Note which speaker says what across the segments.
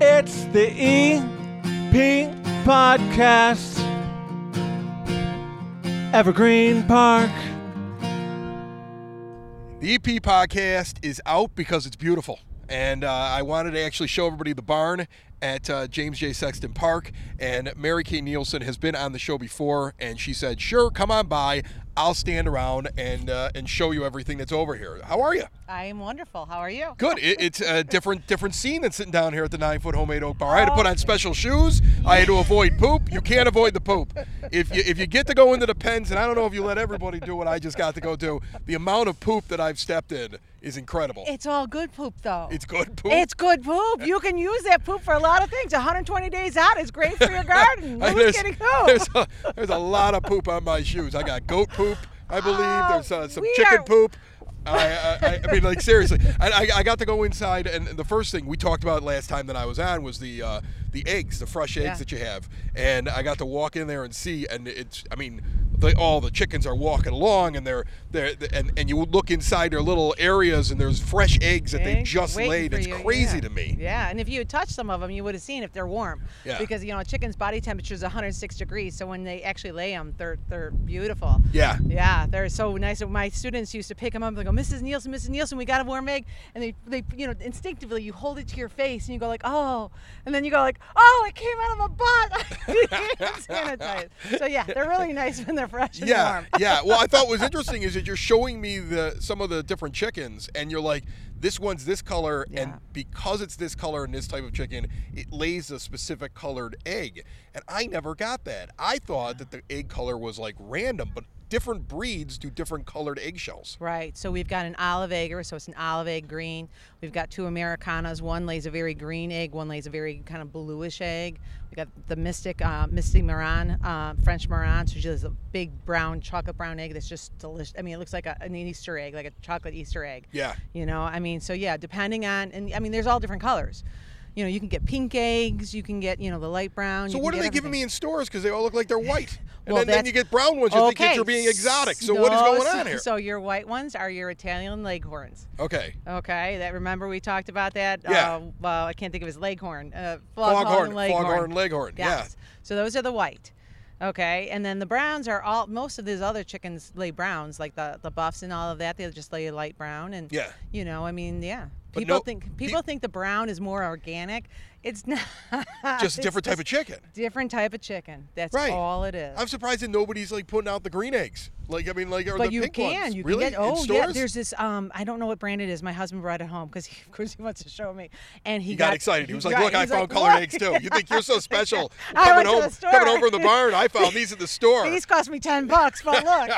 Speaker 1: It's the EP Podcast. Evergreen Park.
Speaker 2: The EP podcast is out because it's beautiful. And uh, I wanted to actually show everybody the barn at uh, James J. Sexton Park. And Mary Kay Nielsen has been on the show before, and she said, "Sure, come on by. I'll stand around and uh, and show you everything that's over here." How are you?
Speaker 3: I am wonderful. How are you?
Speaker 2: Good. It, it's a different different scene than sitting down here at the nine foot homemade oak bar. I had to put on special shoes. I had to avoid poop. You can't avoid the poop. If you, if you get to go into the pens, and I don't know if you let everybody do what I just got to go do, the amount of poop that I've stepped in is incredible.
Speaker 3: It's all good poop, though.
Speaker 2: It's good poop.
Speaker 3: It's good poop. You can use that poop for a lot of things. 120 days out is great for your garden.
Speaker 2: I-
Speaker 3: Who's getting who?
Speaker 2: There's a, there's a lot of poop on my shoes. I got goat poop, I believe. there's uh, some
Speaker 3: Oh, we
Speaker 2: chicken
Speaker 3: are-
Speaker 2: poop. I, I, I- I mean, like seriously, I, I, I got to go inside, and the first thing we talked about last time that I was on was the uh, the eggs, the fresh eggs
Speaker 3: Yeah.
Speaker 2: that you have, and I got to walk in there and see, and it's, I mean, they, all the chickens are walking along, and they're they're and, and you look inside their little areas, and there's fresh eggs that they
Speaker 3: Eggs
Speaker 2: just
Speaker 3: waiting
Speaker 2: laid.
Speaker 3: for
Speaker 2: It's
Speaker 3: you,
Speaker 2: crazy
Speaker 3: yeah.
Speaker 2: to me.
Speaker 3: Yeah, and if you had touched some of them, you would have seen if they're warm.
Speaker 2: Yeah.
Speaker 3: Because you know a chicken's body temperature is 106 degrees, so when they actually lay them, they're they're beautiful.
Speaker 2: Yeah.
Speaker 3: Yeah, they're so nice. My students used to pick them up and go, Mrs. Nielsen, Mrs. Nielsen, we got a warm egg, and they they you know instinctively you hold it to your face and you go like oh, and then you go like oh it came out of my butt. Sanitize. So yeah, they're really nice when they're fresh and
Speaker 2: yeah,
Speaker 3: warm.
Speaker 2: yeah. Well, I thought what was interesting is that you're showing me the some of the different chickens, and you're like, this one's this color,
Speaker 3: Yeah.
Speaker 2: and because it's this color and this type of chicken, it lays a specific colored egg. And I never got that. I thought that the egg color was like random, but different breeds do different colored eggshells.
Speaker 3: Right. So we've got an olive egger, so it's an olive egg green. We've got two Americanas. One lays a very green egg. One lays a very kind of bluish egg. We got the Mystic, uh, Mystic Maran, uh, French Maran. So she lays a big brown, chocolate brown egg that's just delicious. I mean, it looks like a, an Easter egg, like a chocolate Easter egg.
Speaker 2: Yeah.
Speaker 3: You know, I mean, so yeah, depending on, and I mean, there's all different colors. You know, you can get pink eggs. You can get, you know, the light brown.
Speaker 2: So
Speaker 3: you
Speaker 2: what are
Speaker 3: can
Speaker 2: they
Speaker 3: get
Speaker 2: giving
Speaker 3: everything.
Speaker 2: me in stores? Because they all look like they're white, and
Speaker 3: Well,
Speaker 2: then, then
Speaker 3: that's-
Speaker 2: you get brown ones. You think that
Speaker 3: Okay,
Speaker 2: you're being exotic. So
Speaker 3: no,
Speaker 2: what is going
Speaker 3: so-
Speaker 2: on here?
Speaker 3: So your white ones are your Italian leghorns.
Speaker 2: okay.
Speaker 3: Okay, that remember we talked about that.
Speaker 2: Yeah.
Speaker 3: Uh, well, I can't think of his leghorn. Uh,
Speaker 2: Foghorn,
Speaker 3: foghorn, leghorn.
Speaker 2: foghorn, leghorn. Yeah.
Speaker 3: Yes. So those are the white. Okay, and then the browns are all. Most of these other chickens lay browns, like the the buffs and all of that. They just lay a light brown, and
Speaker 2: Yeah.
Speaker 3: you know, I mean, yeah.
Speaker 2: But
Speaker 3: people
Speaker 2: no-
Speaker 3: think people think the brown is more organic. It's not.
Speaker 2: Just a different type of chicken.
Speaker 3: Different type of chicken. That's
Speaker 2: Right.
Speaker 3: all it is.
Speaker 2: I'm surprised that nobody's like putting out the green eggs. Like I mean, like or
Speaker 3: but
Speaker 2: the
Speaker 3: you
Speaker 2: pink
Speaker 3: can,
Speaker 2: ones.
Speaker 3: you
Speaker 2: really?
Speaker 3: can get. Oh
Speaker 2: In
Speaker 3: yeah,
Speaker 2: stores?
Speaker 3: there's this. Um, I don't know what brand it is. My husband brought it home because he, of course he wants to show me, and he,
Speaker 2: He got, excited. He was like,
Speaker 3: right,
Speaker 2: "Look, I
Speaker 3: he's
Speaker 2: found
Speaker 3: like,
Speaker 2: colored
Speaker 3: "Look."
Speaker 2: eggs too. You think you're so special?
Speaker 3: I
Speaker 2: coming
Speaker 3: went to
Speaker 2: home,
Speaker 3: the store.
Speaker 2: coming home from the barn. I found these at the store.
Speaker 3: These cost me ten bucks, but look,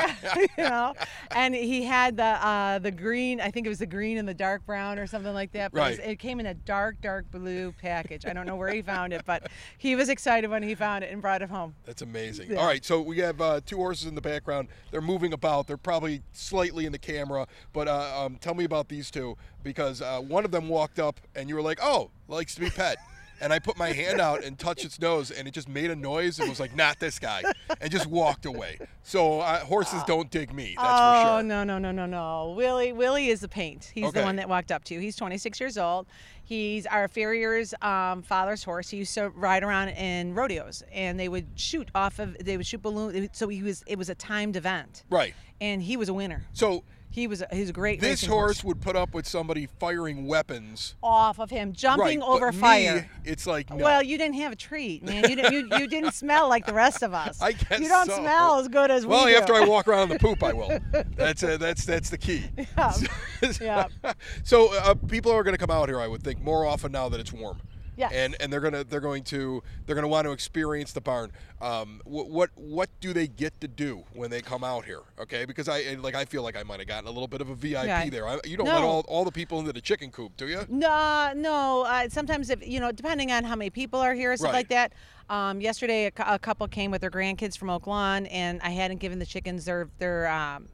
Speaker 3: you know. And he had the uh, the green. I think it was the green and the dark brown or something like that. But it, was-
Speaker 2: Right.
Speaker 3: it came in a dark, dark blue package. I don't know where he found it, but he was excited when he found it and brought it home.
Speaker 2: That's amazing.
Speaker 3: Yeah.
Speaker 2: All right, so we have uh, two horses in the background. They're moving about. They're probably slightly in the camera, but uh, um, tell me about these two because uh, one of them walked up and you were like, "Oh, likes to be pet." And I put my hand out and touched its nose, and it just made a noise and was like, "Not this guy," and just walked away. So uh, horses don't dig me. That's
Speaker 3: Ah. oh
Speaker 2: for sure.
Speaker 3: no no no no no! Willie Willie is the paint. He's
Speaker 2: Okay.
Speaker 3: the one that walked up to. you. He's 26 years old. He's our farrier's um, father's horse. He used to ride around in rodeos, and they would shoot off of they would shoot balloon. So he was it was a timed event,
Speaker 2: Right.
Speaker 3: and he was a winner.
Speaker 2: So
Speaker 3: He was a, he's a great
Speaker 2: this
Speaker 3: racing
Speaker 2: horse, would put up with somebody firing weapons.
Speaker 3: off of him jumping
Speaker 2: right,
Speaker 3: over
Speaker 2: but
Speaker 3: fire.
Speaker 2: Me, it's like no.
Speaker 3: Well, you didn't have a treat, man. You didn't. You, you didn't smell like the rest of us.
Speaker 2: I guess
Speaker 3: you don't
Speaker 2: so.
Speaker 3: smell as good as
Speaker 2: well,
Speaker 3: we do.
Speaker 2: after I walk around in the poop, I will. That's uh, that's that's the key.
Speaker 3: Yeah.
Speaker 2: So uh, people are going to come out here, I would think, more often now that it's warm.
Speaker 3: Yes.
Speaker 2: And and they're gonna they're going to they're gonna want to experience the barn. Um, what, what what do they get to do when they come out here? Okay, because I and, like I feel like I might have gotten a little bit of a VIP
Speaker 3: Yeah.
Speaker 2: there. I, you don't let
Speaker 3: No.
Speaker 2: all, all the people into the chicken coop, do you?
Speaker 3: No, no. Uh, sometimes, if you know, depending on how many people are here, stuff
Speaker 2: Right.
Speaker 3: like that. Um, yesterday, a, cou- a couple came with their grandkids from Oak Lawn, and I hadn't given the chickens their their um,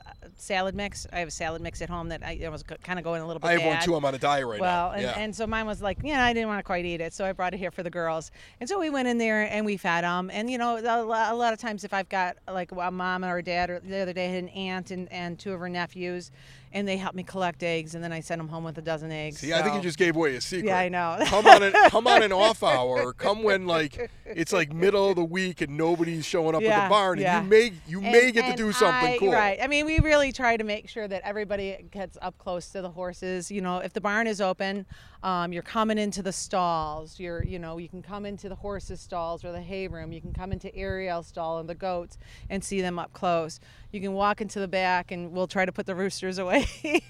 Speaker 3: uh, salad mix. I have a salad mix at home that I, I was kind of going a little bit.
Speaker 2: I have one
Speaker 3: bad.
Speaker 2: too. I'm on a diet right now.
Speaker 3: Well, and,
Speaker 2: yeah.
Speaker 3: and so mine was like, yeah, I didn't want to quite eat it, so I brought it here for the girls. And so we went in there and we fed them. And you know, a lot, a lot of times if I've got like a mom or a dad, or the other day I had an aunt and, and two of her nephews, and they help me collect eggs, and then I send them home with a dozen eggs.
Speaker 2: See, I think you
Speaker 3: so-
Speaker 2: just gave away a secret.
Speaker 3: Yeah, I know.
Speaker 2: come on, an, come on an off hour. or Come when like it's like middle of the week and nobody's showing up at
Speaker 3: Yeah,
Speaker 2: the barn, and
Speaker 3: yeah.
Speaker 2: you may you may
Speaker 3: And-
Speaker 2: get to
Speaker 3: and
Speaker 2: do something
Speaker 3: I-
Speaker 2: cool.
Speaker 3: Right. I mean, we really try to make sure that everybody gets up close to the horses. You know, if the barn is open, um, you're coming into the stalls. You're, you know, you can come into the horses' stalls or the hay room. You can come into Ariel's stall and the goats and see them up close. You can walk into the back, and we'll try to put the roosters away.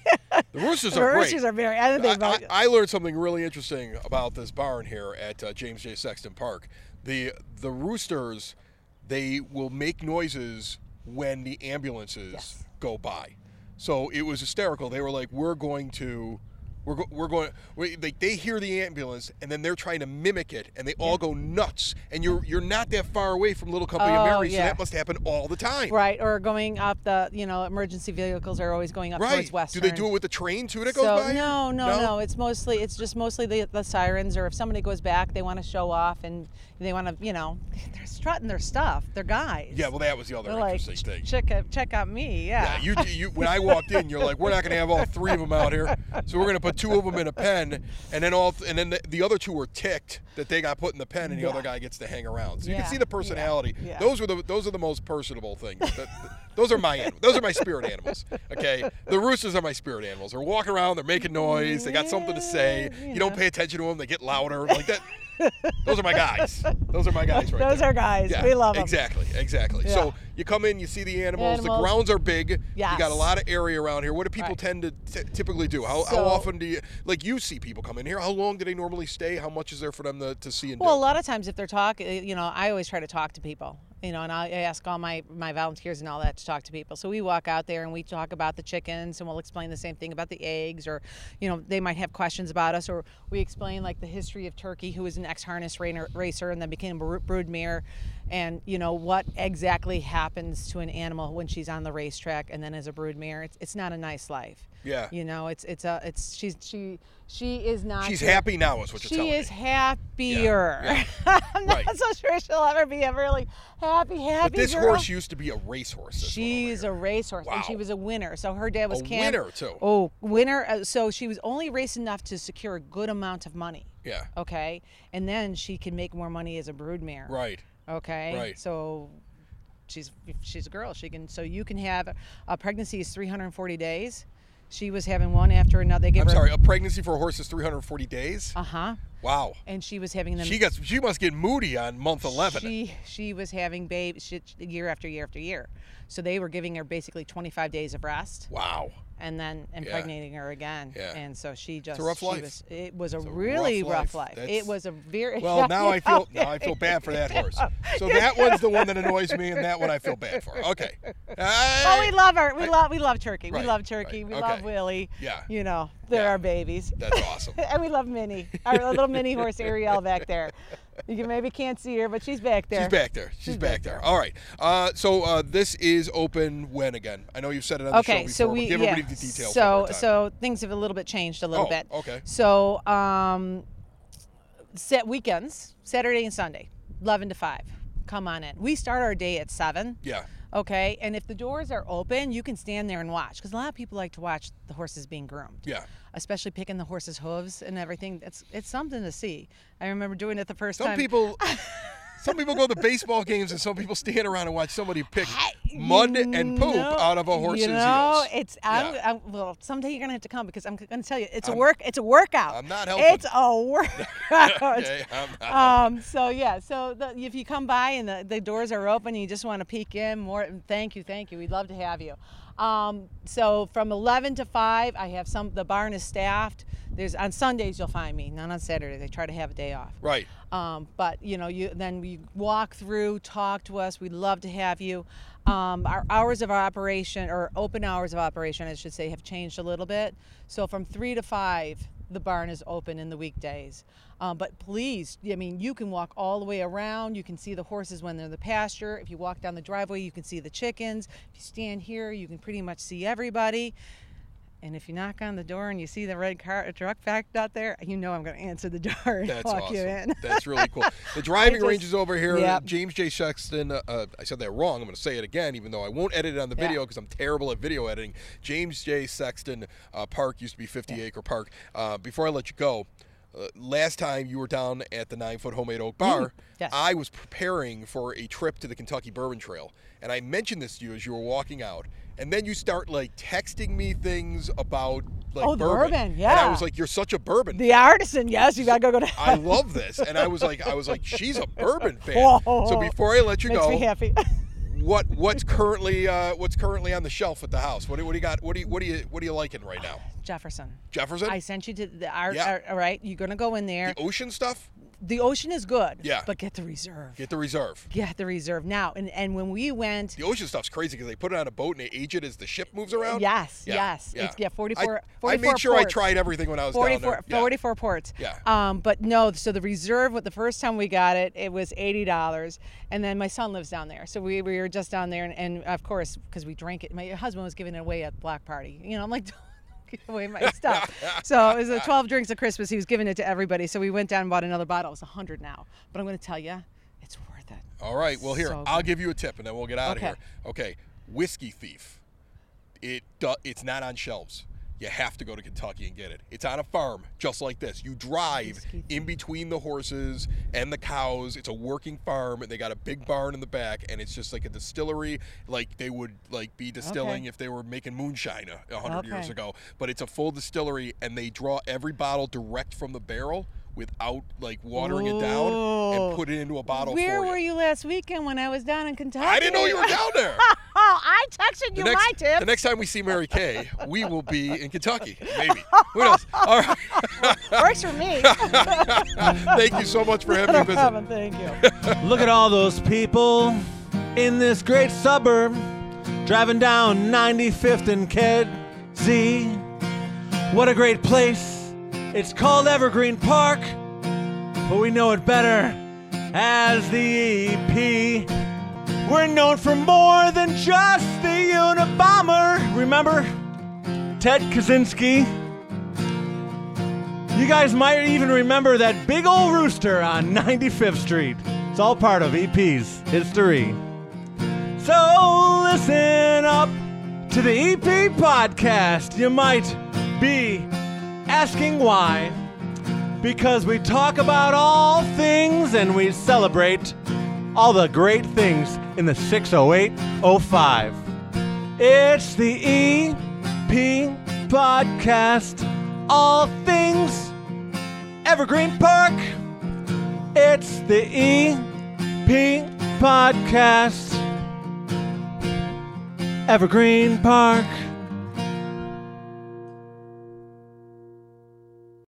Speaker 2: The roosters
Speaker 3: the
Speaker 2: are great.
Speaker 3: roosters are very. I think
Speaker 2: I,
Speaker 3: they-
Speaker 2: I, I learned something really interesting about this barn here at uh, James J. Sexton Park. The the roosters, they will make noises when the ambulances
Speaker 3: Yes.
Speaker 2: go by. So it was hysterical. They were like, "We're going to." We're, go- we're going. We, they, they hear the ambulance, and then they're trying to mimic it, and they all go nuts. And you're you're not that far away from Little Company of
Speaker 3: Oh,
Speaker 2: Mary, so
Speaker 3: yeah.
Speaker 2: that must happen all the time,
Speaker 3: Right, or going up the, you know, emergency vehicles are always going up
Speaker 2: Right?
Speaker 3: towards Western.
Speaker 2: Do they do it with the train too that goes
Speaker 3: so,
Speaker 2: by? or-
Speaker 3: No, no, no, It's mostly it's just mostly the, the sirens, or if somebody goes back, they want to show off and they want to, you know, they're strutting their stuff. They're guys.
Speaker 2: Yeah, well, that was the other
Speaker 3: they're like
Speaker 2: interesting thing.
Speaker 3: check out, check out me. Yeah.
Speaker 2: Yeah, you, you when I walked in, you're like, we're not gonna have all three of them out here, so we're gonna put two of them in a pen, and then all th- and then the, the other two were ticked that they got put in the pen, and the other
Speaker 3: Yeah.
Speaker 2: guy gets to hang around. So you can
Speaker 3: Yeah,
Speaker 2: see the
Speaker 3: yeah,
Speaker 2: personality.
Speaker 3: yeah.
Speaker 2: Those were the those are the most personable things. That, those are my anim- those are my spirit animals. Okay, the roosters are my spirit animals. They're walking around, they're making noise, they got something to say.
Speaker 3: Yeah,
Speaker 2: You,
Speaker 3: you
Speaker 2: don't
Speaker 3: know.
Speaker 2: pay attention to them, they get louder like that. Those are my guys. Those are my guys right
Speaker 3: Those
Speaker 2: there.
Speaker 3: are guys. We love 'em.
Speaker 2: Exactly, exactly.
Speaker 3: Yeah.
Speaker 2: So you come in, you see the animals. The
Speaker 3: Animals.
Speaker 2: grounds are big. You got a
Speaker 3: Yes.
Speaker 2: lot of area around here. What do people
Speaker 3: Right.
Speaker 2: tend to t- typically do? How, how
Speaker 3: So-
Speaker 2: often do you like you see people come in here? How long do they normally stay? How much is there for them to, to see and
Speaker 3: Well, a
Speaker 2: do?
Speaker 3: lot of times if they're talking, you know, I always try to talk to people, you know, and I I ask all my, my volunteers and all that to talk to people. So we walk out there and we talk about the chickens and we'll explain the same thing about the eggs or, you know, they might have questions about us or we explain like the history of Turkey, who was an ex-harness rainer- racer and then became a bro- broodmare and, you know, what exactly happens to an animal when she's on the racetrack and then as a broodmare. It's, it's not a nice life.
Speaker 2: Yeah.
Speaker 3: You know, it's, it's a, it's, she's, she, she is not.
Speaker 2: She's
Speaker 3: your-
Speaker 2: happy now, is what you're
Speaker 3: she
Speaker 2: telling
Speaker 3: is
Speaker 2: me.
Speaker 3: happier. I'm not
Speaker 2: Right.
Speaker 3: so sure she'll ever be a really happy, happy
Speaker 2: But this
Speaker 3: girl.
Speaker 2: horse used to be a racehorse. this one over
Speaker 3: She's
Speaker 2: here.
Speaker 3: a racehorse, and she
Speaker 2: Wow.
Speaker 3: was a winner. So her dad was
Speaker 2: A
Speaker 3: Cam-
Speaker 2: winner, too.
Speaker 3: Oh, winner! Uh, So she was only race enough to secure a good amount of money.
Speaker 2: yeah.
Speaker 3: Okay, and then she can make more money as a broodmare.
Speaker 2: Right.
Speaker 3: Okay.
Speaker 2: Right.
Speaker 3: So she's if she's a girl. She can. So you can have a pregnancy is 340 days. She was having one after another. They gave
Speaker 2: I'm
Speaker 3: her.
Speaker 2: sorry. A pregnancy for a horse is 340 days.
Speaker 3: Uh huh.
Speaker 2: wow.
Speaker 3: And she was having them.
Speaker 2: She gets. She must get moody on month 11.
Speaker 3: She she was having babies year after year after year, so they were giving her basically 25 days of rest
Speaker 2: wow.
Speaker 3: and then impregnating her again.
Speaker 2: Yeah.
Speaker 3: And so she just
Speaker 2: rough
Speaker 3: she
Speaker 2: life.
Speaker 3: was it was a really
Speaker 2: rough
Speaker 3: rough
Speaker 2: life.
Speaker 3: life.
Speaker 2: That's-
Speaker 3: It was a very
Speaker 2: Well, now I feel now I feel bad for that horse. So that one's the one that annoys me, and that one I feel bad for. Okay.
Speaker 3: Oh, we
Speaker 2: I-
Speaker 3: love her. We love we love Turkey.
Speaker 2: Right,
Speaker 3: we love Turkey.
Speaker 2: right,
Speaker 3: We love
Speaker 2: okay.
Speaker 3: Willie.
Speaker 2: Yeah.
Speaker 3: You know, they're
Speaker 2: Yeah.
Speaker 3: our babies.
Speaker 2: That's awesome.
Speaker 3: and we love Minnie, our little mini horse Ariel back there. You can, maybe can't see her, but she's back there.
Speaker 2: She's back there. She's, back,
Speaker 3: back
Speaker 2: there. All right. Uh, so uh, this is open when again? I know you've said it on
Speaker 3: okay,
Speaker 2: the show
Speaker 3: so
Speaker 2: before. but
Speaker 3: we
Speaker 2: give
Speaker 3: yeah.
Speaker 2: everybody the details. one
Speaker 3: So
Speaker 2: more time.
Speaker 3: so things have a little bit changed a little
Speaker 2: Oh,
Speaker 3: bit.
Speaker 2: okay.
Speaker 3: So um, set weekends, Saturday and Sunday, eleven to five. Come on in. We start our day at seven.
Speaker 2: yeah.
Speaker 3: Okay, and if the doors are open, you can stand there and watch because a lot of people like to watch the horses being groomed.
Speaker 2: Yeah.
Speaker 3: Especially picking the horses' hooves and everything. It's it's something to see. I remember doing it the first
Speaker 2: Some
Speaker 3: time.
Speaker 2: people. Some people go to baseball games, and some people stand around and watch somebody pick mud and poop
Speaker 3: No,
Speaker 2: out of a horse's
Speaker 3: you know,
Speaker 2: heels.
Speaker 3: It's I'm,
Speaker 2: Yeah.
Speaker 3: I'm- well, someday you're gonna have to come because I'm gonna tell you it's a work. It's a workout.
Speaker 2: I'm not helping.
Speaker 3: It's a workout.
Speaker 2: Okay, I'm not
Speaker 3: um. So yeah. So the, if you come by and the, the doors are open, and you just want to peek in more. Thank you. Thank you. We'd love to have you. Um. So from 11 to 5, I have some. The barn is staffed. There's on Sundays you'll find me, not on Saturdays. I try to have a day off.
Speaker 2: right.
Speaker 3: Um, but you know, you then we walk through, talk to us. We'd love to have you. Um, our hours of operation, or open hours of operation, I should say, have changed a little bit. So from three to five, the barn is open in the weekdays. Um, but please, I mean, you can walk all the way around. You can see the horses when they're in the pasture. If you walk down the driveway, you can see the chickens. If you stand here, you can pretty much see everybody And if you knock on the door and you see the red car truck backed out there, you know I'm going to answer the door and
Speaker 2: That's
Speaker 3: walk
Speaker 2: awesome.
Speaker 3: you in.
Speaker 2: That's really cool. The driving
Speaker 3: just-
Speaker 2: range is over here.
Speaker 3: Yep.
Speaker 2: James J. Sexton. Uh, uh, I said that wrong. I'm going to say it again, even though I won't edit it on the
Speaker 3: Yeah.
Speaker 2: video because I'm terrible at video editing. James J. Sexton uh, Park used to be 50 Acre Park. Uh, before I let you go. Uh, last time you were down at the nine foot homemade oak bar,
Speaker 3: Mm, Yes.
Speaker 2: I was preparing for a trip to the Kentucky Bourbon Trail, and I mentioned this to you as you were walking out, and then you start like texting me things about like
Speaker 3: Oh, the bourbon,
Speaker 2: and I
Speaker 3: yeah.
Speaker 2: was like, "You're such a bourbon
Speaker 3: The artisan, yes, you got to go go to.
Speaker 2: I love this. And I was like, I was like, she's a bourbon fan.
Speaker 3: Whoa.
Speaker 2: So before I let you
Speaker 3: Makes me
Speaker 2: go,
Speaker 3: happy.
Speaker 2: what what's currently uh, what's currently on the shelf at the house? What do, what do you got? What do you what do you what are you liking right now?
Speaker 3: Jefferson.
Speaker 2: Jefferson,
Speaker 3: I sent you to the art. uh,
Speaker 2: Yeah.
Speaker 3: All right, you're gonna go in there.
Speaker 2: the ocean stuff.
Speaker 3: The ocean is good.
Speaker 2: Yeah.
Speaker 3: But get the reserve.
Speaker 2: Get the reserve.
Speaker 3: Get the reserve now. And and when we went,
Speaker 2: The ocean stuff's crazy because they put it on a boat and they age it as the ship moves around.
Speaker 3: Yes, yes. It's- yeah, 44
Speaker 2: I, I made
Speaker 3: 44
Speaker 2: sure I
Speaker 3: ports.
Speaker 2: tried everything when I was down
Speaker 3: 44,
Speaker 2: there. Yeah.
Speaker 3: 44 ports.
Speaker 2: Yeah.
Speaker 3: Um, but no, so the reserve, with the first time we got it, it was $80. And then my son lives down there. So we, we were just down there. And, and of course, because we drank it, my husband was giving it away at the block party. You know, I'm like, don't give away my stuff. so it was the 12 drinks of Christmas. He was giving it to everybody. So we went down and bought another bottle. It's 100 now. But I'm going to tell you, it's worth it.
Speaker 2: All right. Well, here
Speaker 3: So
Speaker 2: I'll
Speaker 3: good.
Speaker 2: give you a tip, and then we'll get out
Speaker 3: Okay.
Speaker 2: of here. Okay. Whiskey Thief. It do, it's not on shelves. You have to go to Kentucky and get it. It's on a farm, just like this. You drive
Speaker 3: Whiskey
Speaker 2: in between the horses and the cows. It's a working farm, and they got a big barn in the back, and it's just like a distillery, like they would like be distilling
Speaker 3: Okay.
Speaker 2: if they were making moonshine a a hundred years
Speaker 3: Okay.
Speaker 2: ago. But it's a full distillery, and they draw every bottle direct from the barrel without like watering it down and
Speaker 3: Ooh.
Speaker 2: put it into a bottle.
Speaker 3: Where
Speaker 2: for
Speaker 3: were you last weekend when I was down in Kentucky?
Speaker 2: I didn't know you were down there.
Speaker 3: Oh, I texted you my tips.
Speaker 2: the next time we see Mary Kay, we will be in Kentucky. Maybe. Who knows? All right.
Speaker 3: Works for me.
Speaker 2: Thank you so much for having me
Speaker 3: no
Speaker 2: visit.
Speaker 3: problem. Thank you.
Speaker 1: Look at all those people in this great suburb driving down 95th and Kedzie. What a great place. It's called Evergreen Park, but we know it better as the EP. We're known for more than just the Unabomber. Remember Ted Kaczynski? You guys might even remember that big old rooster on 95th Street. It's all part of EP's history. So listen up to the EP podcast. You might be asking why. Because we talk about all things and we celebrate all the great things in the 60805. It's the EP podcast. All things Evergreen Park. It's the E EP podcast. Evergreen Park.